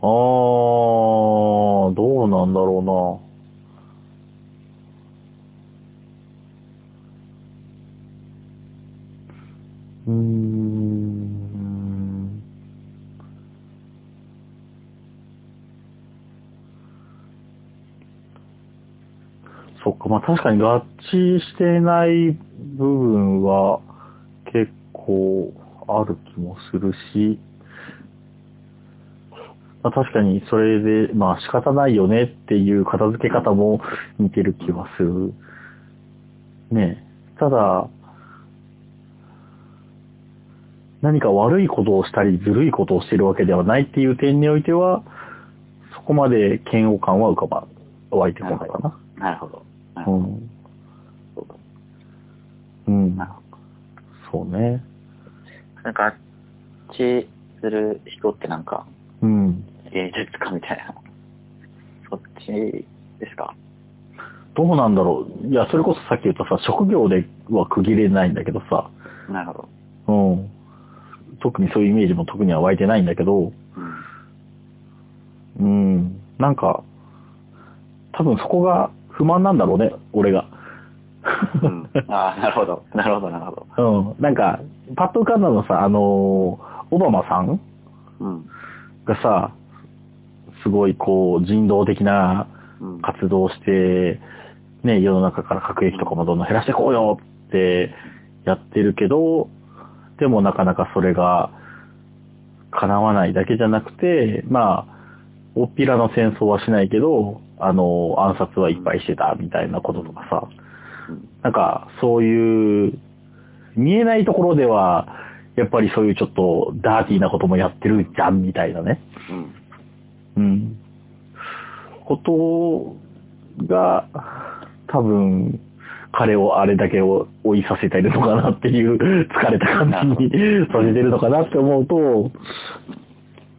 あー、どうなんだろうな。うーん。そっか、まあ確かに合致してない部分は結構ある気もするし、まあ、確かにそれで、まあ仕方ないよねっていう片付け方も似てる気はする。ねえただ、何か悪いことをしたりずるいことをしてるわけではないっていう点においては、そこまで嫌悪感は浮かば、湧いてこないかな。なるほど。なうるほん。ど。うんな。るほど。そうね。なんか、合致する人ってなんか、うん。芸術家みたいな。そっちですかどうなんだろう。いや、それこそさっき言ったさ、職業では区切れないんだけどさ、なるほど。うん。特にそういうイメージも特には湧いてないんだけど、うん。うん。なんか、多分そこが不満なんだろうね、俺が。うん、ああ、なるほど。なるほど、なるほど。うん。なんか、パッと浮かんだのさ、あのーオバマさんうん。がさ、すごいこう、人道的なうん。活動をして、ね、世の中から核兵器とかもどんどん減らしていこうよってやってるけど、でもなかなかそれが叶わないだけじゃなくて、まあ、おっぴらの戦争はしないけど、あの、暗殺はいっぱいしてたみたいなこととかさ、なんかそういう、見えないところでは、やっぱりそういうちょっとダーティーなこともやってるじゃんみたいなね。うん。うん、ことが、多分、彼をあれだけを追いさせてるのかなっていう、 疲れた感じにさせてるのかなって思うと、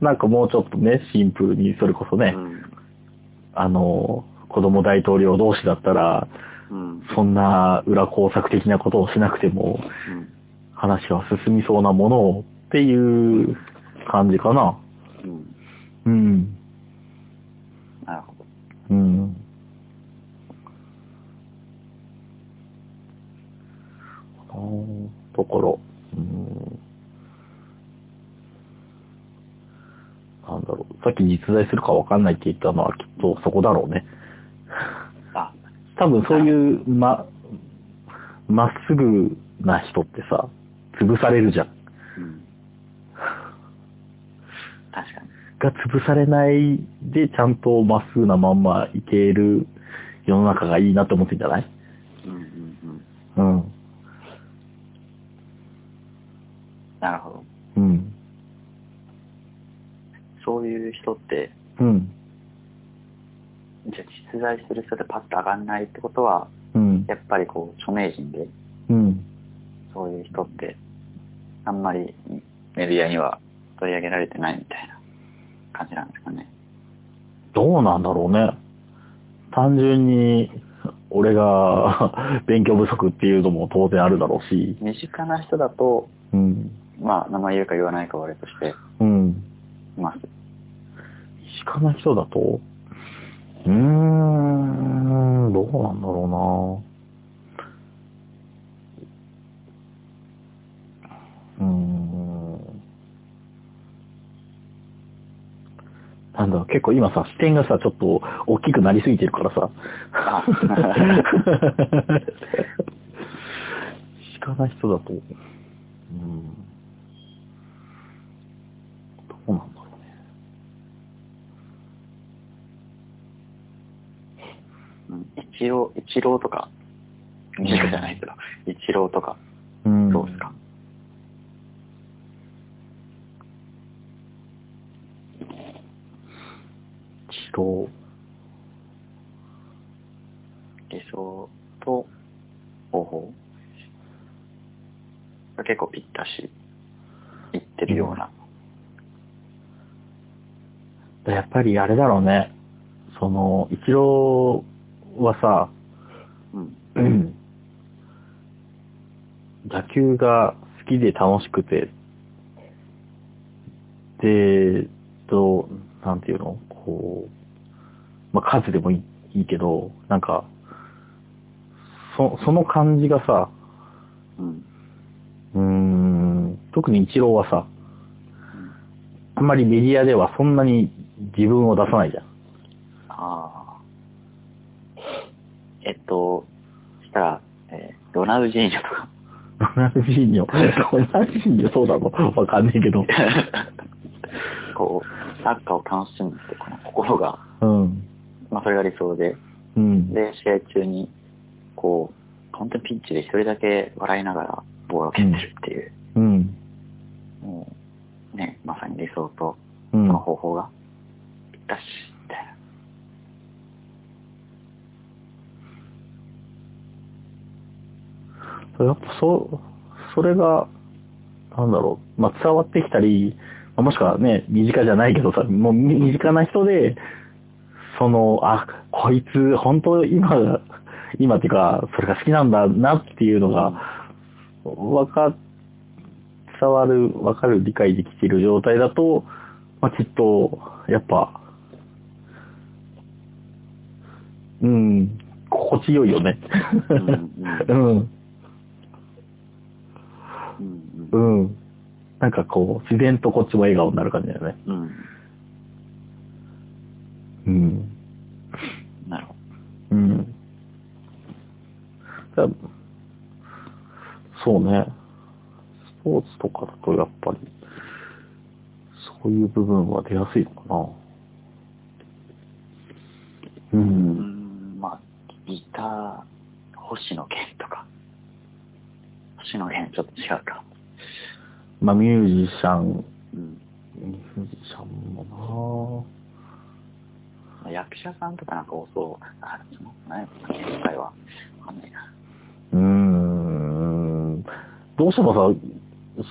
なんかもうちょっとね、シンプルに、それこそね、あの、子供大統領同士だったら、うん。そんな裏工作的なことをしなくても、話は進みそうなものをっていう感じかな。ううん。ん。なるほど。うん。このところ、うん。なんだろう。さっき実在するかわかんないって言ったのはきっとそこだろうね。あ、多分そういう、ま、まっすぐな人ってさ、潰されるじゃん。うん。確かに。が潰されないで、ちゃんとまっすぐなまんまいける世の中がいいなって思ってんじゃないうんうんうん。うん。なるほど。うん。そういう人って、うん。じゃあ実在する人でパッと上がんないってことは、うん。やっぱりこう、著名人で、うん。そういう人って、あんまりメディアには取り上げられてないみたいな感じなんですかね。どうなんだろうね。単純に、俺が 勉強不足っていうのも当然あるだろうし。身近な人だと、うん。まあ、名前言うか言わないかはあれとしてうん。います。身近な人だと、うーん、どうなんだろうな。うーん。なんだろう、結構今さ、視点がさ、ちょっと大きくなりすぎてるからさ。 あ身近な人だと、うん。どうなんだろうね。うん一応、一郎とか、身近じゃないけど、一郎とか、うんどうですか、人、理想と方法が結構ぴったし、いってるような。やっぱりあれだろうね。その、一郎はさ、うん。野球が好きで楽しくて、で、と、なんていうのこう、まあ、数でもいいいいけど、なんか、そ、その感じがさ、うん。うーん、特に一郎はさ、あんまりメディアではそんなに自分を出さないじゃん。ああ。えっと、したら、えーロナウジーニョとか。ロナウジーニョ。ロナウジーニョそうなのわかんないけど。こう、サッカーを楽しむって、この心が、うん。まあそれが理想で、うん。で、試合中に、こう、本当にピンチで一人だけ笑いながらボールを蹴ってるっていう、うん。もう、ね、まさに理想と、うそんの。方法が、ぴったし、みたいな。やっぱそう、それが、なんだろう、まあ、伝わってきたり、まあもしくはね、身近じゃないけどさ、もうみ身近な人で、その、あ、こいつ、本当今、今っていうか、それが好きなんだなっていうのが、わか、伝わる、わかる、理解できている状態だと、まあ、きっと、やっぱ、うん、心地よいよね。うんう んうん。うう。んん。なんかこう、自然とこっちも笑顔になる感じだよね。うんうん。うん。なるほうん。だそうね。スポーツとかだとやっぱり、そういう部分は出やすいのかな。う。ど。うんん、まあ、ギター、星野源とか。星野源ちょっと違うか。まあミュージシャン、うん。ミュージシャンもまあ役者さんとかなんか多そう。あ、でも、何やろな、今回は。わかんないな。なうーん。どうしてもさ、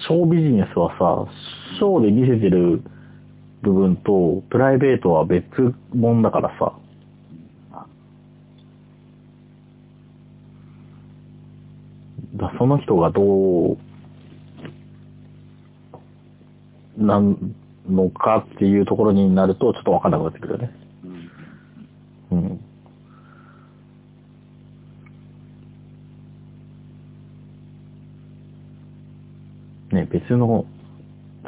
ショービジネスはさ、ショーで見せてる部分と、プライベートは別物だからさ。あだその人がどう、なんのかっていうところになると、ちょっとわかんなくなってくるよね。うん。うん。ね、別の、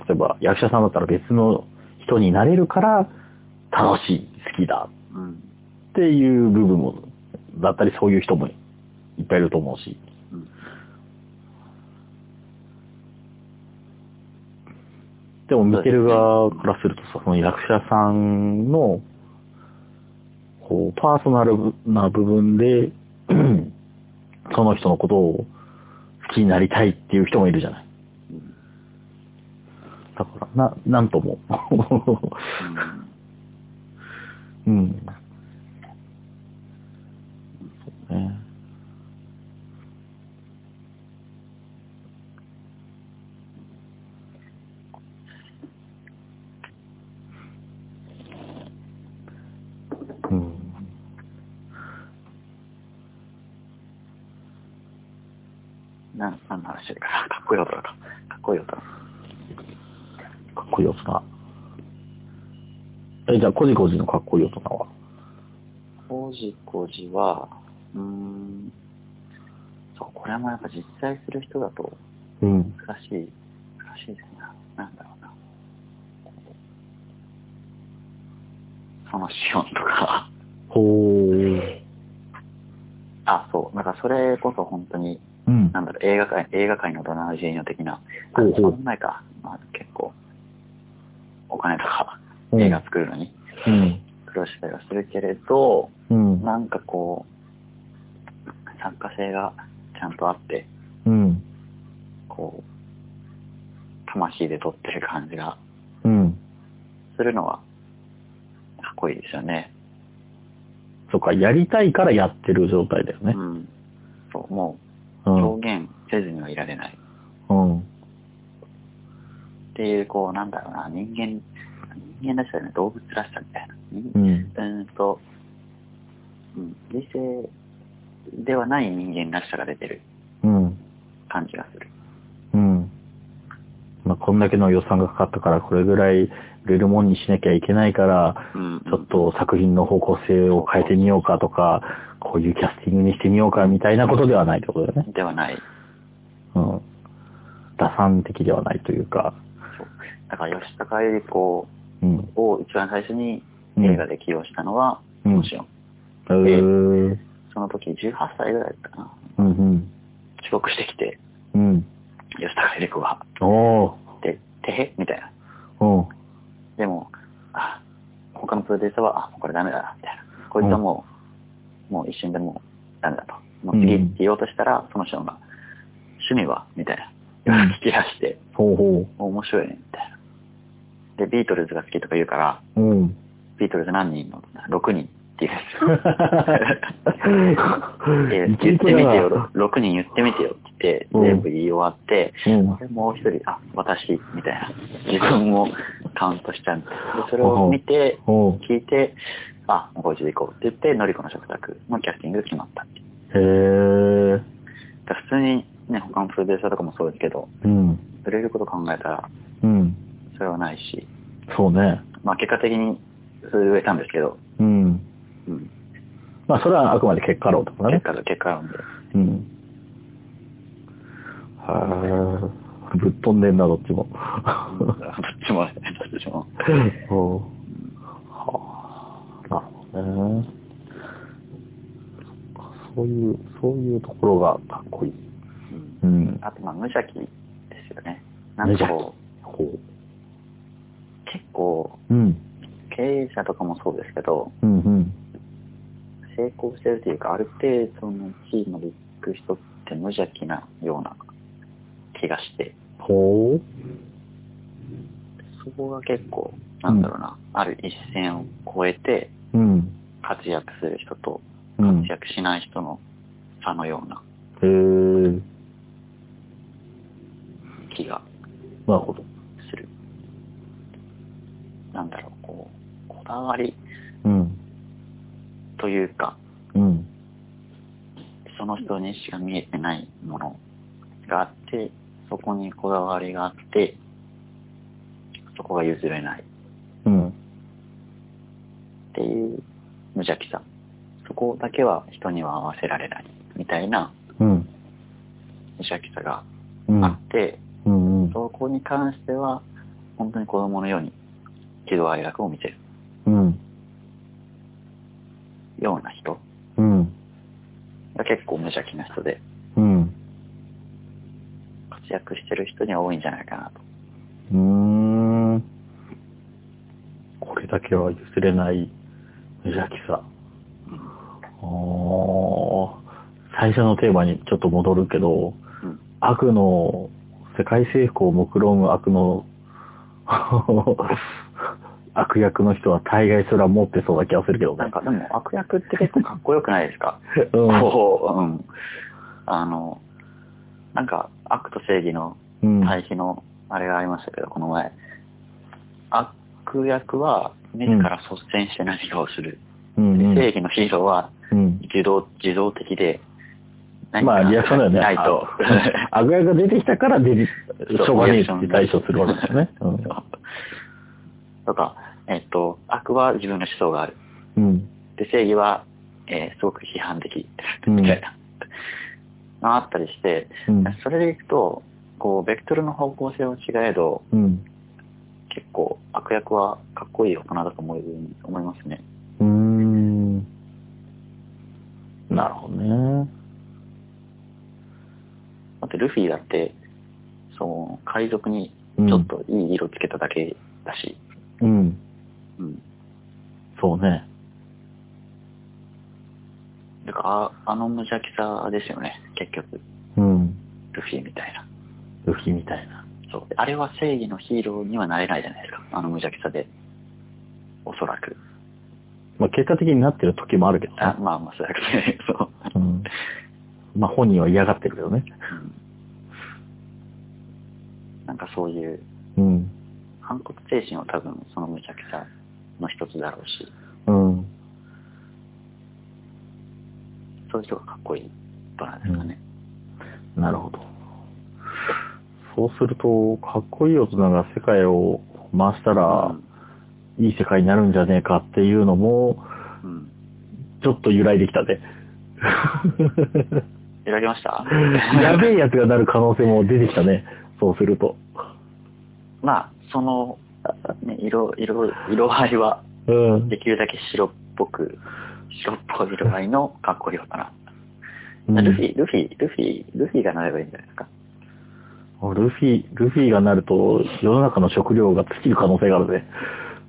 例えば役者さんだったら別の人になれるから、楽しい、好きだうん。っていう部分も、だったりそういう人もいっぱいいると思うし。うん。でも見てる側からするとさ、その役者さんの、こう、パーソナルな部分で、 その人のことを好きになりたいっていう人もいるじゃない。うんだから、な、なんとも。うん。そうね。な、何の話してるか な。かっこいい大人か。かっこいい大人。かっこいい大人。え、じゃあ、コジコジのかっこいい大人はこじこじは、うーん、そう、これもやっぱ実際する人だとうん。難しい、難しいですね。なんだろうな。そのシオンとか、ほー。あ、そう、なんかそれこそ本当に、うんなんだろう、映画界、映画界のドナルジーニョ的な、あ、ほうほうその前か、まあ結構、お金とか、映画作るのにうん。苦労したりはするけれど、うん。なんかこう、参加性がちゃんとあって、うん。こう、魂で撮ってる感じがうん。するのは、かっこいいですよね。そっか、やりたいからやってる状態だよねう。ん。そう、もうう、ん。表現せずにはいられない。うん。っていう、こう、なんだろうな、人間、人間らしさよね、動物らしさみたいな。人うん。うーんと、うん、理性ではない人間らしさが出てるうん。感じがする。うん。まあ、こんだけの予算がかかったから、これぐらい売れるもんにしなきゃいけないから、うんちょっと作品の方向性を変えてみようかとか、こういうキャスティングにしてみようかみたいなことではないってことだよね。ではない。うん。打算的ではないというか、そう。だから、吉高由里子うん。を一番最初に映画で起用したのは、うんもちろん。うーん。その時18歳ぐらいだったかな。うん。帰国してきて、うん。吉高由里子が。うん。おー。で、てへみたいな。うん。でも、あ、他のプロデューサーは、あ、もうこれダメだな、みたいな。こいつはもう、もう一瞬でもうダメだと。もう次うっんて言おうとしたら、その人が、趣味はみたいな。うん聞き出して、ほうほお面白いね、みたいな。で、ビートルズが好きとか言うから、う。 うん。ビートルズ何人いんの ?6 人って言うんですよ。 でい言ってみてよ、6人言ってみてよって言って、うん全部言い終わって、うんこ。れもう一人、あ、私、みたいな。自分をカウントしちゃうんです。でそれを見て、おう。聞いて、あ、もう50で行こうって言って、のりこの食卓のキャスティングが決まったっていう。へえ。だから普通にね、他のプロデューサーとかもそうですけど、うん。売れること考えたら、うん。それはないし、そうね。まあ結果的に、それで売れたんですけど、うん。うん。まあ、それはあくまで結果論とか結ね。果だ、結果なんで。うん。はあ。ぶっ飛んでんな、どっち も。どっちも、どっちも。おうはあ。なるほどね。そっかそういう、そういうところがかっこいい。うんうん。あと、まあ無邪気ですよね。なんかこほう。う、結構、うん。経営者とかもそうですけど、うんうん。成功してるというか、ある程度の地位まで行く人って無邪気なような気がして、ほう。そこが結構、なんだろうな、ある一線を越えてうん。活躍する人とうん。活躍しない人の差のようなへえ。気がなるほど。する。なんだろう、こう、こだわりうん。というか、うん。その人にしか見えてないものがあって、そこにこだわりがあって、そこが譲れないうん。っていう無邪気さ。そこだけは人には合わせられないみたいなうん。無邪気さがうんあ。って、うんうん。そこに関しては、本当に子供のように、喜怒哀楽を見てるうん。ような人うん。が結構無邪気な人で、うん。活躍してる人には多いんじゃないかなと。うーん。これだけは譲れない無邪気さ。おー最初のテーマにちょっと戻るけど、うん悪の、世界征服を目論む悪の、悪役の人は大概それは持ってそうな気がするけどなんね。かでも悪役って結構かっこよくないですかうこう、うん。あの、なんか悪と正義のん。対比のあれがありましたけど、この前。悪役は自ら率先して何かをする。うん。うん。正義のヒーローはうん。自動、自動的で何かまあ、リアクションだよね。ないと。 あぐやが出てきたから出て、そうしょうがねえって対処するわけですね。 とか、えっと、悪は自分の思想がある。うん。で、正義は、えーすごく批判的。うんみたいな。 まああったりして、うん。それでいくと、こう、ベクトルの方向性は違えど、うん。結構悪役はかっこいい大人だと思い思いますね。うーん。なるほどね。だってルフィだって、その、海賊にちょっといい色つけただけだし、うん。うん。うん。そうね。だから、ああの無邪気さですよね、結局。うん。ルフィみたいな。ルフィみたいな。そう。あれは正義のヒーローにはなれないじゃないですか、あの無邪気さで。おそらく。まあ、結果的になってる時もあるけどあね。まあまあ、それだけね、そう。うん。まあ、本人は嫌がってるけどね。うんなんかそういう、うん。反骨精神は多分その無邪気さの一つだろうし、うん。そういう人がかっこいい人なんですかね。なるほど。そうすると、かっこいい大人が世界を回したら、いい世界になるんじゃねえかっていうのも、うん。うん。ちょっと由来できたね。いただきました やべえやつがなる可能性も出てきたね。そうすると。まあ、その、ね、色、色、色合いは、うん。できるだけ白っぽく、白っぽい色合いのかっこいいのかな。うんルフィ、ルフィ、ルフィ、ルフィがなればいいんじゃないですか。ルフィ、ルフィがなると、世の中の食料が尽きる可能性があるね。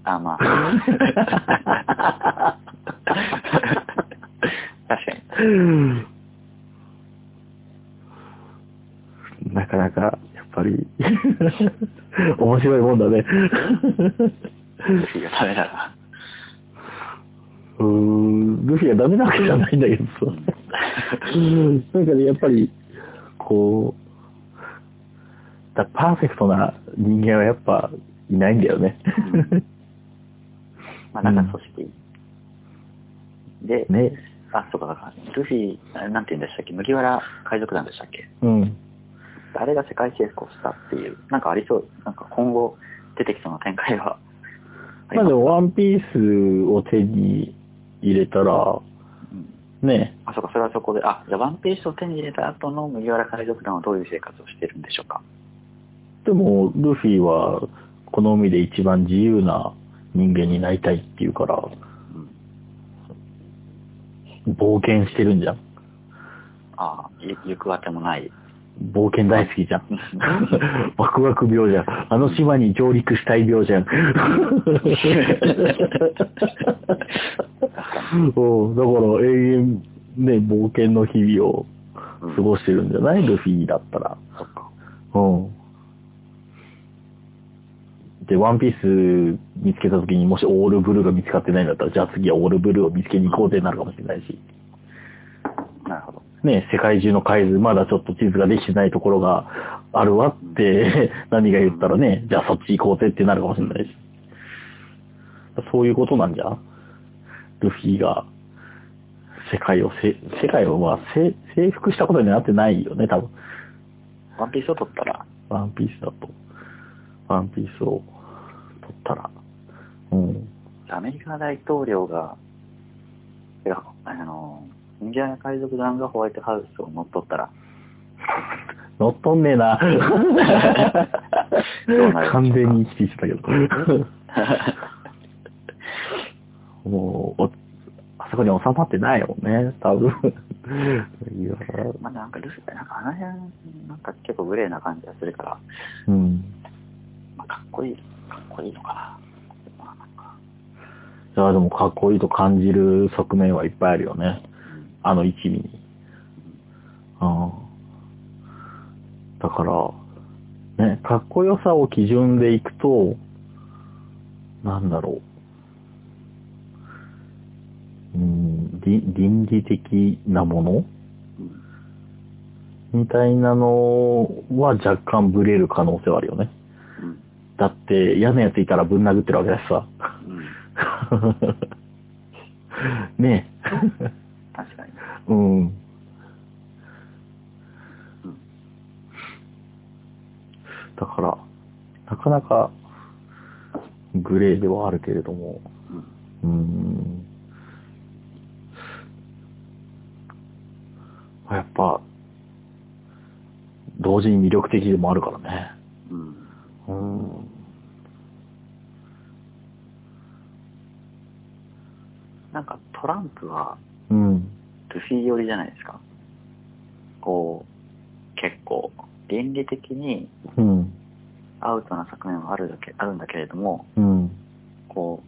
あ、まあ。 確かに。なかなか、やっぱり、 面白いもんだね。ルフィがダメ なら。うーん、ルフィがダメなわけじゃないんだけどさ。なんかね、やっぱり、こう、だパーフェクトな人間はやっぱいないんだよね。まあ、なんか組織。で、ね。あ、そうか、だから、ルフィ、あなんて言うんでしたっけ、麦わら海賊団でしたっけうん。あれが世界征服をしたっていう、なんかありそう、なんか今後出てきそうな展開 は。まあでも、ワンピースを手に入れたら、うんね、あ、そうか、それはそこで、あ、じゃあワンピースを手に入れた後の麦わら海賊団はどういう生活をしてるんでしょうか。でも、ルフィは、この海で一番自由な人間になりたいっていうから、うん、冒険してるんじゃん。あゆ行くあて もない。冒険大好きじゃん。ワクワク病じゃん。あの島に上陸したい病じゃん。そうだから永遠、ね、冒険の日々を過ごしてるんじゃないルフィだったら。そっか。うん。で、ワンピース見つけた時にもしオールブルーが見つかってないんだったら、じゃあ次はオールブルーを見つけに行こうってなるかもしれないし。なるほど。ね、世界中の海図、まだちょっと地図ができてないところがあるわって、 何が言ったらね、じゃあそっち行こうぜってなるかもしれないし。そういうことなんじゃんルフィが、世界をせ、世界をまあ、せ征服したことになってないよね、多分。ワンピースを取ったら、ワンピースだと。ワンピースを取ったら。うん。アメリカ大統領が、いや、あの、インディアナ海賊団がホワイトハウスを乗っ取ったら、乗っ取んねえな。どうな る完全に生きていってた けど。もう、おあそこに収まってないもんね、多分。 いやまあ、なんかルフィ、なんかあの辺、なんか結構グレーな感じがするから、うん。まあ、かっこいい、かっこいいのかな。まあ、なんか、いや、でもかっこいいと感じる側面はいっぱいあるよね。うんあの一味に。うん。だから、ね、かっこよさを基準でいくと、なんだろう。うん、り倫理的なものうんみたいなのは若干ブレる可能性はあるよね。うん、だって嫌なやついたらぶん殴ってるわけだし さ。うん、ねえ。確かに。うん。だから、なかなかグレーではあるけれども、うーん。やっぱ、同時に魅力的でもあるからね。うん。うん。なんかトランプは、うん。ルフィ寄りじゃないですか。こう、結構、原理的にうん。アウトな側面はあるだけ、あるんだけれども、うん。こ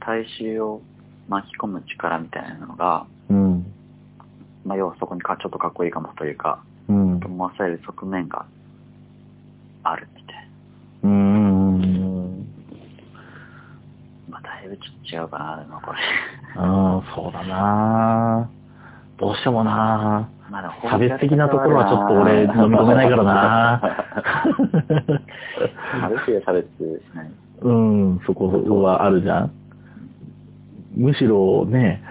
う、大衆を巻き込む力みたいなのが、うん。まあ、要はそこにか、ちょっとかっこいいかもというか、うん。と思わせる側面があるみたいうん。な。まあ、だいぶちょっと違うかな、でもこれ。 ああ、そうだなどうしてもなまあでも差別的なところはちょっと俺飲み込めない からなある程度差別しない。うん、そこはあるじゃん。むしろね、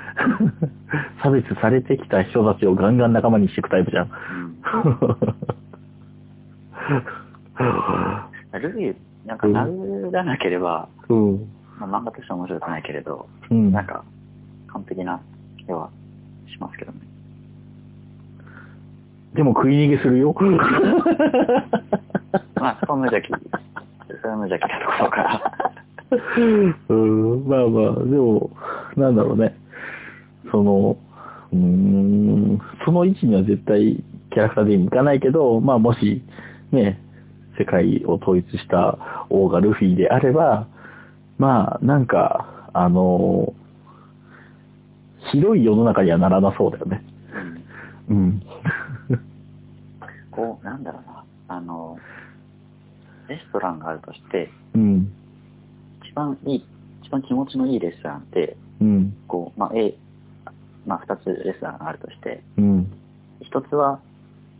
差別されてきた人たちをガンガン仲間にしていくタイプじゃん。うんルフィ、なんか殴らなければ、うん。まあ、漫画としては面白くないけれど、うん。なんか、完璧な絵はしますけどね。でも食い逃げする よ。まあ、そこは無邪気。それは無邪気なところから。うん、まあまあ、でも、なんだろうね。その、うーん、その位置には絶対キャラクターでいかないけど、まあもし、ね、世界を統一した王がルフィであれば、まあなんか、あの、広い世の中にはならなそうだよね。ううんん。こう、なんだろうな。あの、レストランがあるとして、うん。一番いい、一番気持ちのいいレストランって、うん。こう、まあ、A、まあ、二つレストランがあるとして、うん。一つは、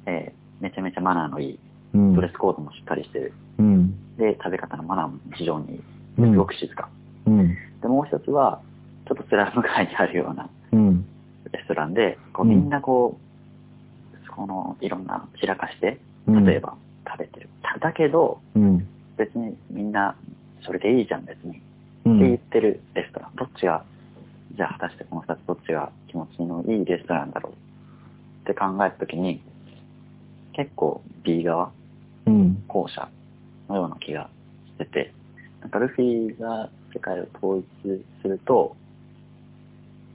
えーめちゃめちゃマナーのいい、うん。ドレスコードもしっかりしてる。うん。で、食べ方のマナーも非常にいい。うすんご。く静か。うん。で、もう一つは、ちょっとスラム街にあるようなうん。レストランで、こううんみんなこう、このいろんな散らかして、うん例えば食べてる。ただけど、うん。別にみんな、それでいいじゃん別に。ってうん。言ってるレストラン。どっちが、じゃあ果たしてこの2つどっちが気持ちのいいレストランだろうって考えたときに、結構 B 側、うん。後者のような気がしてて、なんかルフィが世界を統一すると、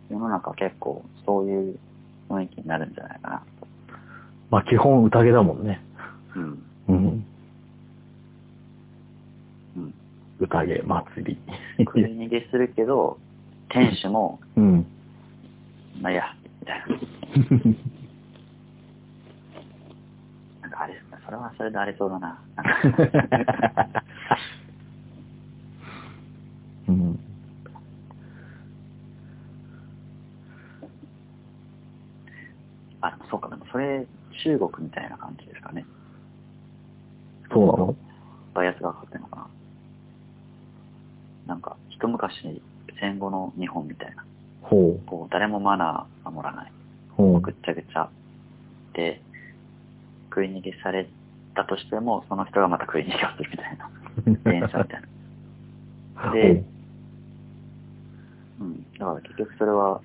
世の中結構そういう雰囲気になるんじゃないかな。まあ基本宴だもんね。うん。うん。うん。宴祭食いり。逃げするけど、店主も、うん。まあ、いや、みたいな。なんかあれ、それはそれであれそうだな。なんかうん。あ、そうか、でもそれ、中国みたいな感じですかね。そうなのバイアスがかかってるのかな。なんか、一昔、戦後の日本みたいな。ほう。こう、誰もマナー守らない。ほうぐっ。ちゃぐちゃ。で、食い逃げされたとしても、その人がまた食い逃げをするみたいな。電車みたいな。で、うん。だから結局それは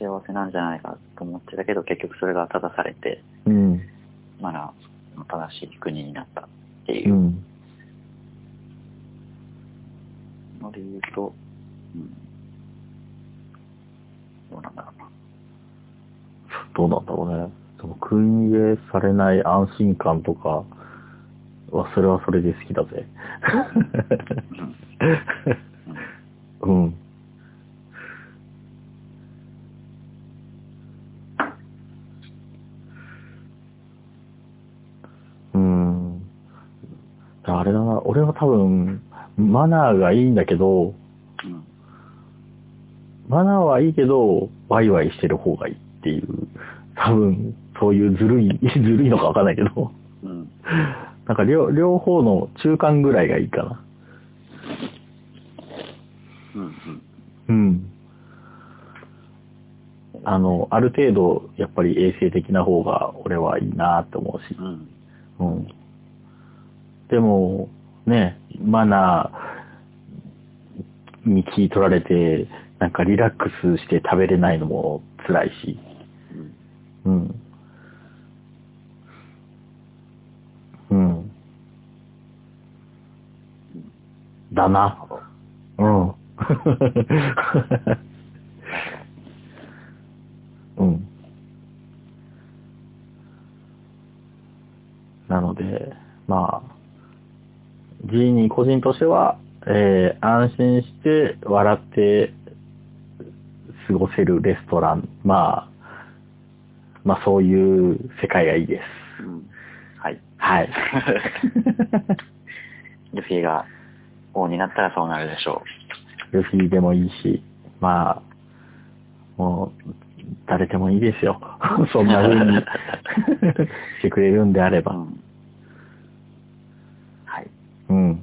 幸せなんじゃないかと思ってたけど、結局それが正されて、うん。。マナーの正しい国になったっていううんので言うと、うん。どうなんだろうな。どうなんだろうね。でも食い逃げされない安心感とかは、それはそれで好きだぜ。うん。うん。うん。あれだな、俺は多分、マナーがいいんだけど、うん。マナーはいいけど、ワイワイしてる方がいいっていう、多分、そういうずるい、 ずるいのかわかんないけど、うん。なんか両両方の中間ぐらいがいいかな。うん。うん。うん。あの、ある程度、やっぱり衛生的な方が俺はいいなって思うしう。ん。うん。でも、ね、マナーに気取られて、なんかリラックスして食べれないのも辛いし、うんうん。うん。だな。うん。 うん。なので、まあ、ジーニー個人としては、えー安心して笑って過ごせるレストラン、まあ、まあそういう世界がいいです。うんはい。 はい。ルフィが王になったらそうなるでしょルフィでもいいし、まあ、もう、誰でもいいですよ。 そんな風 にしてくれるんであれう。うば。んはい。うん。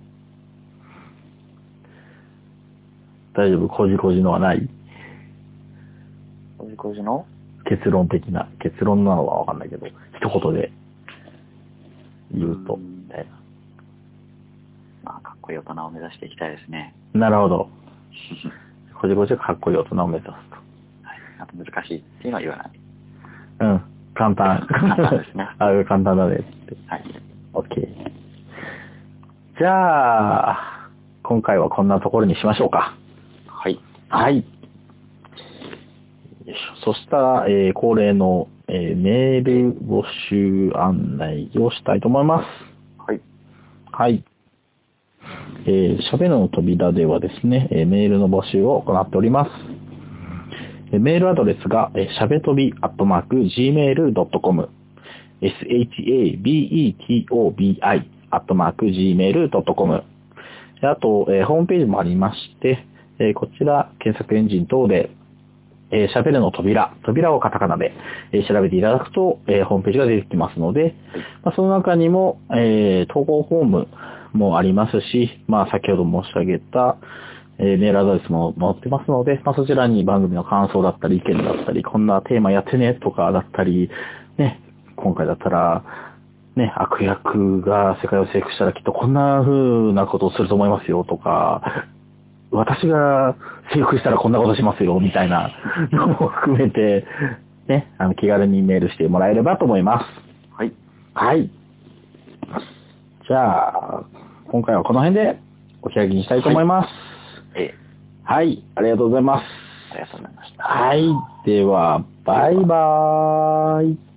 大丈夫こじこじのはないおじこじの結論的な。結論なのはわかんないけど、一言で言うと、うんみたいな。まあ、かっこいい大人を目指していきたいです ね。なるほど。こじこじはかっこいい大人を目指すはい。あと難しいっていうのは言わ ない。と。うん。簡 単。簡単ですねあ、簡単だねって。はい。 OK。じゃあ、今回はこんなところにしましょうか。はい。はい。よいしょそしたら、えー恒例の、えーメール募集案内をしたいと思います。はい。はい。えー、喋るの扉ではですね、えーメールの募集を行っております。えーメールアドレスが、えー、しゃべとびアットマーク gmail.com、shabetobi アットマーク gmail.com。であと、えーホームページもありまして、えーこちら検索エンジン等で、えー、しゃべるの扉、扉をカタカナで、えー調べていただくと、えーホームページが出てきますので、まあ、その中にも、えー投稿フォームもありますし、まあ、先ほど申し上げた、えーメールアドレスも載ってますので、まあ、そちらに番組の感想だったり、意見だったり、こんなテーマやってねとかだったり、ね、今回だったら、ね、悪役が世界を征服したらきっとこんな風なことをすると思いますよとか、私が征服したらこんなことしますよ、みたいなのも含めて、ね、あの気軽にメールしてもらえればと思います。はい。はい。じゃあ、今回はこの辺でお開きにしたいと思います。えはい、ありがとうございます。ー、ありがとうございました。はい、では、バイバーイ。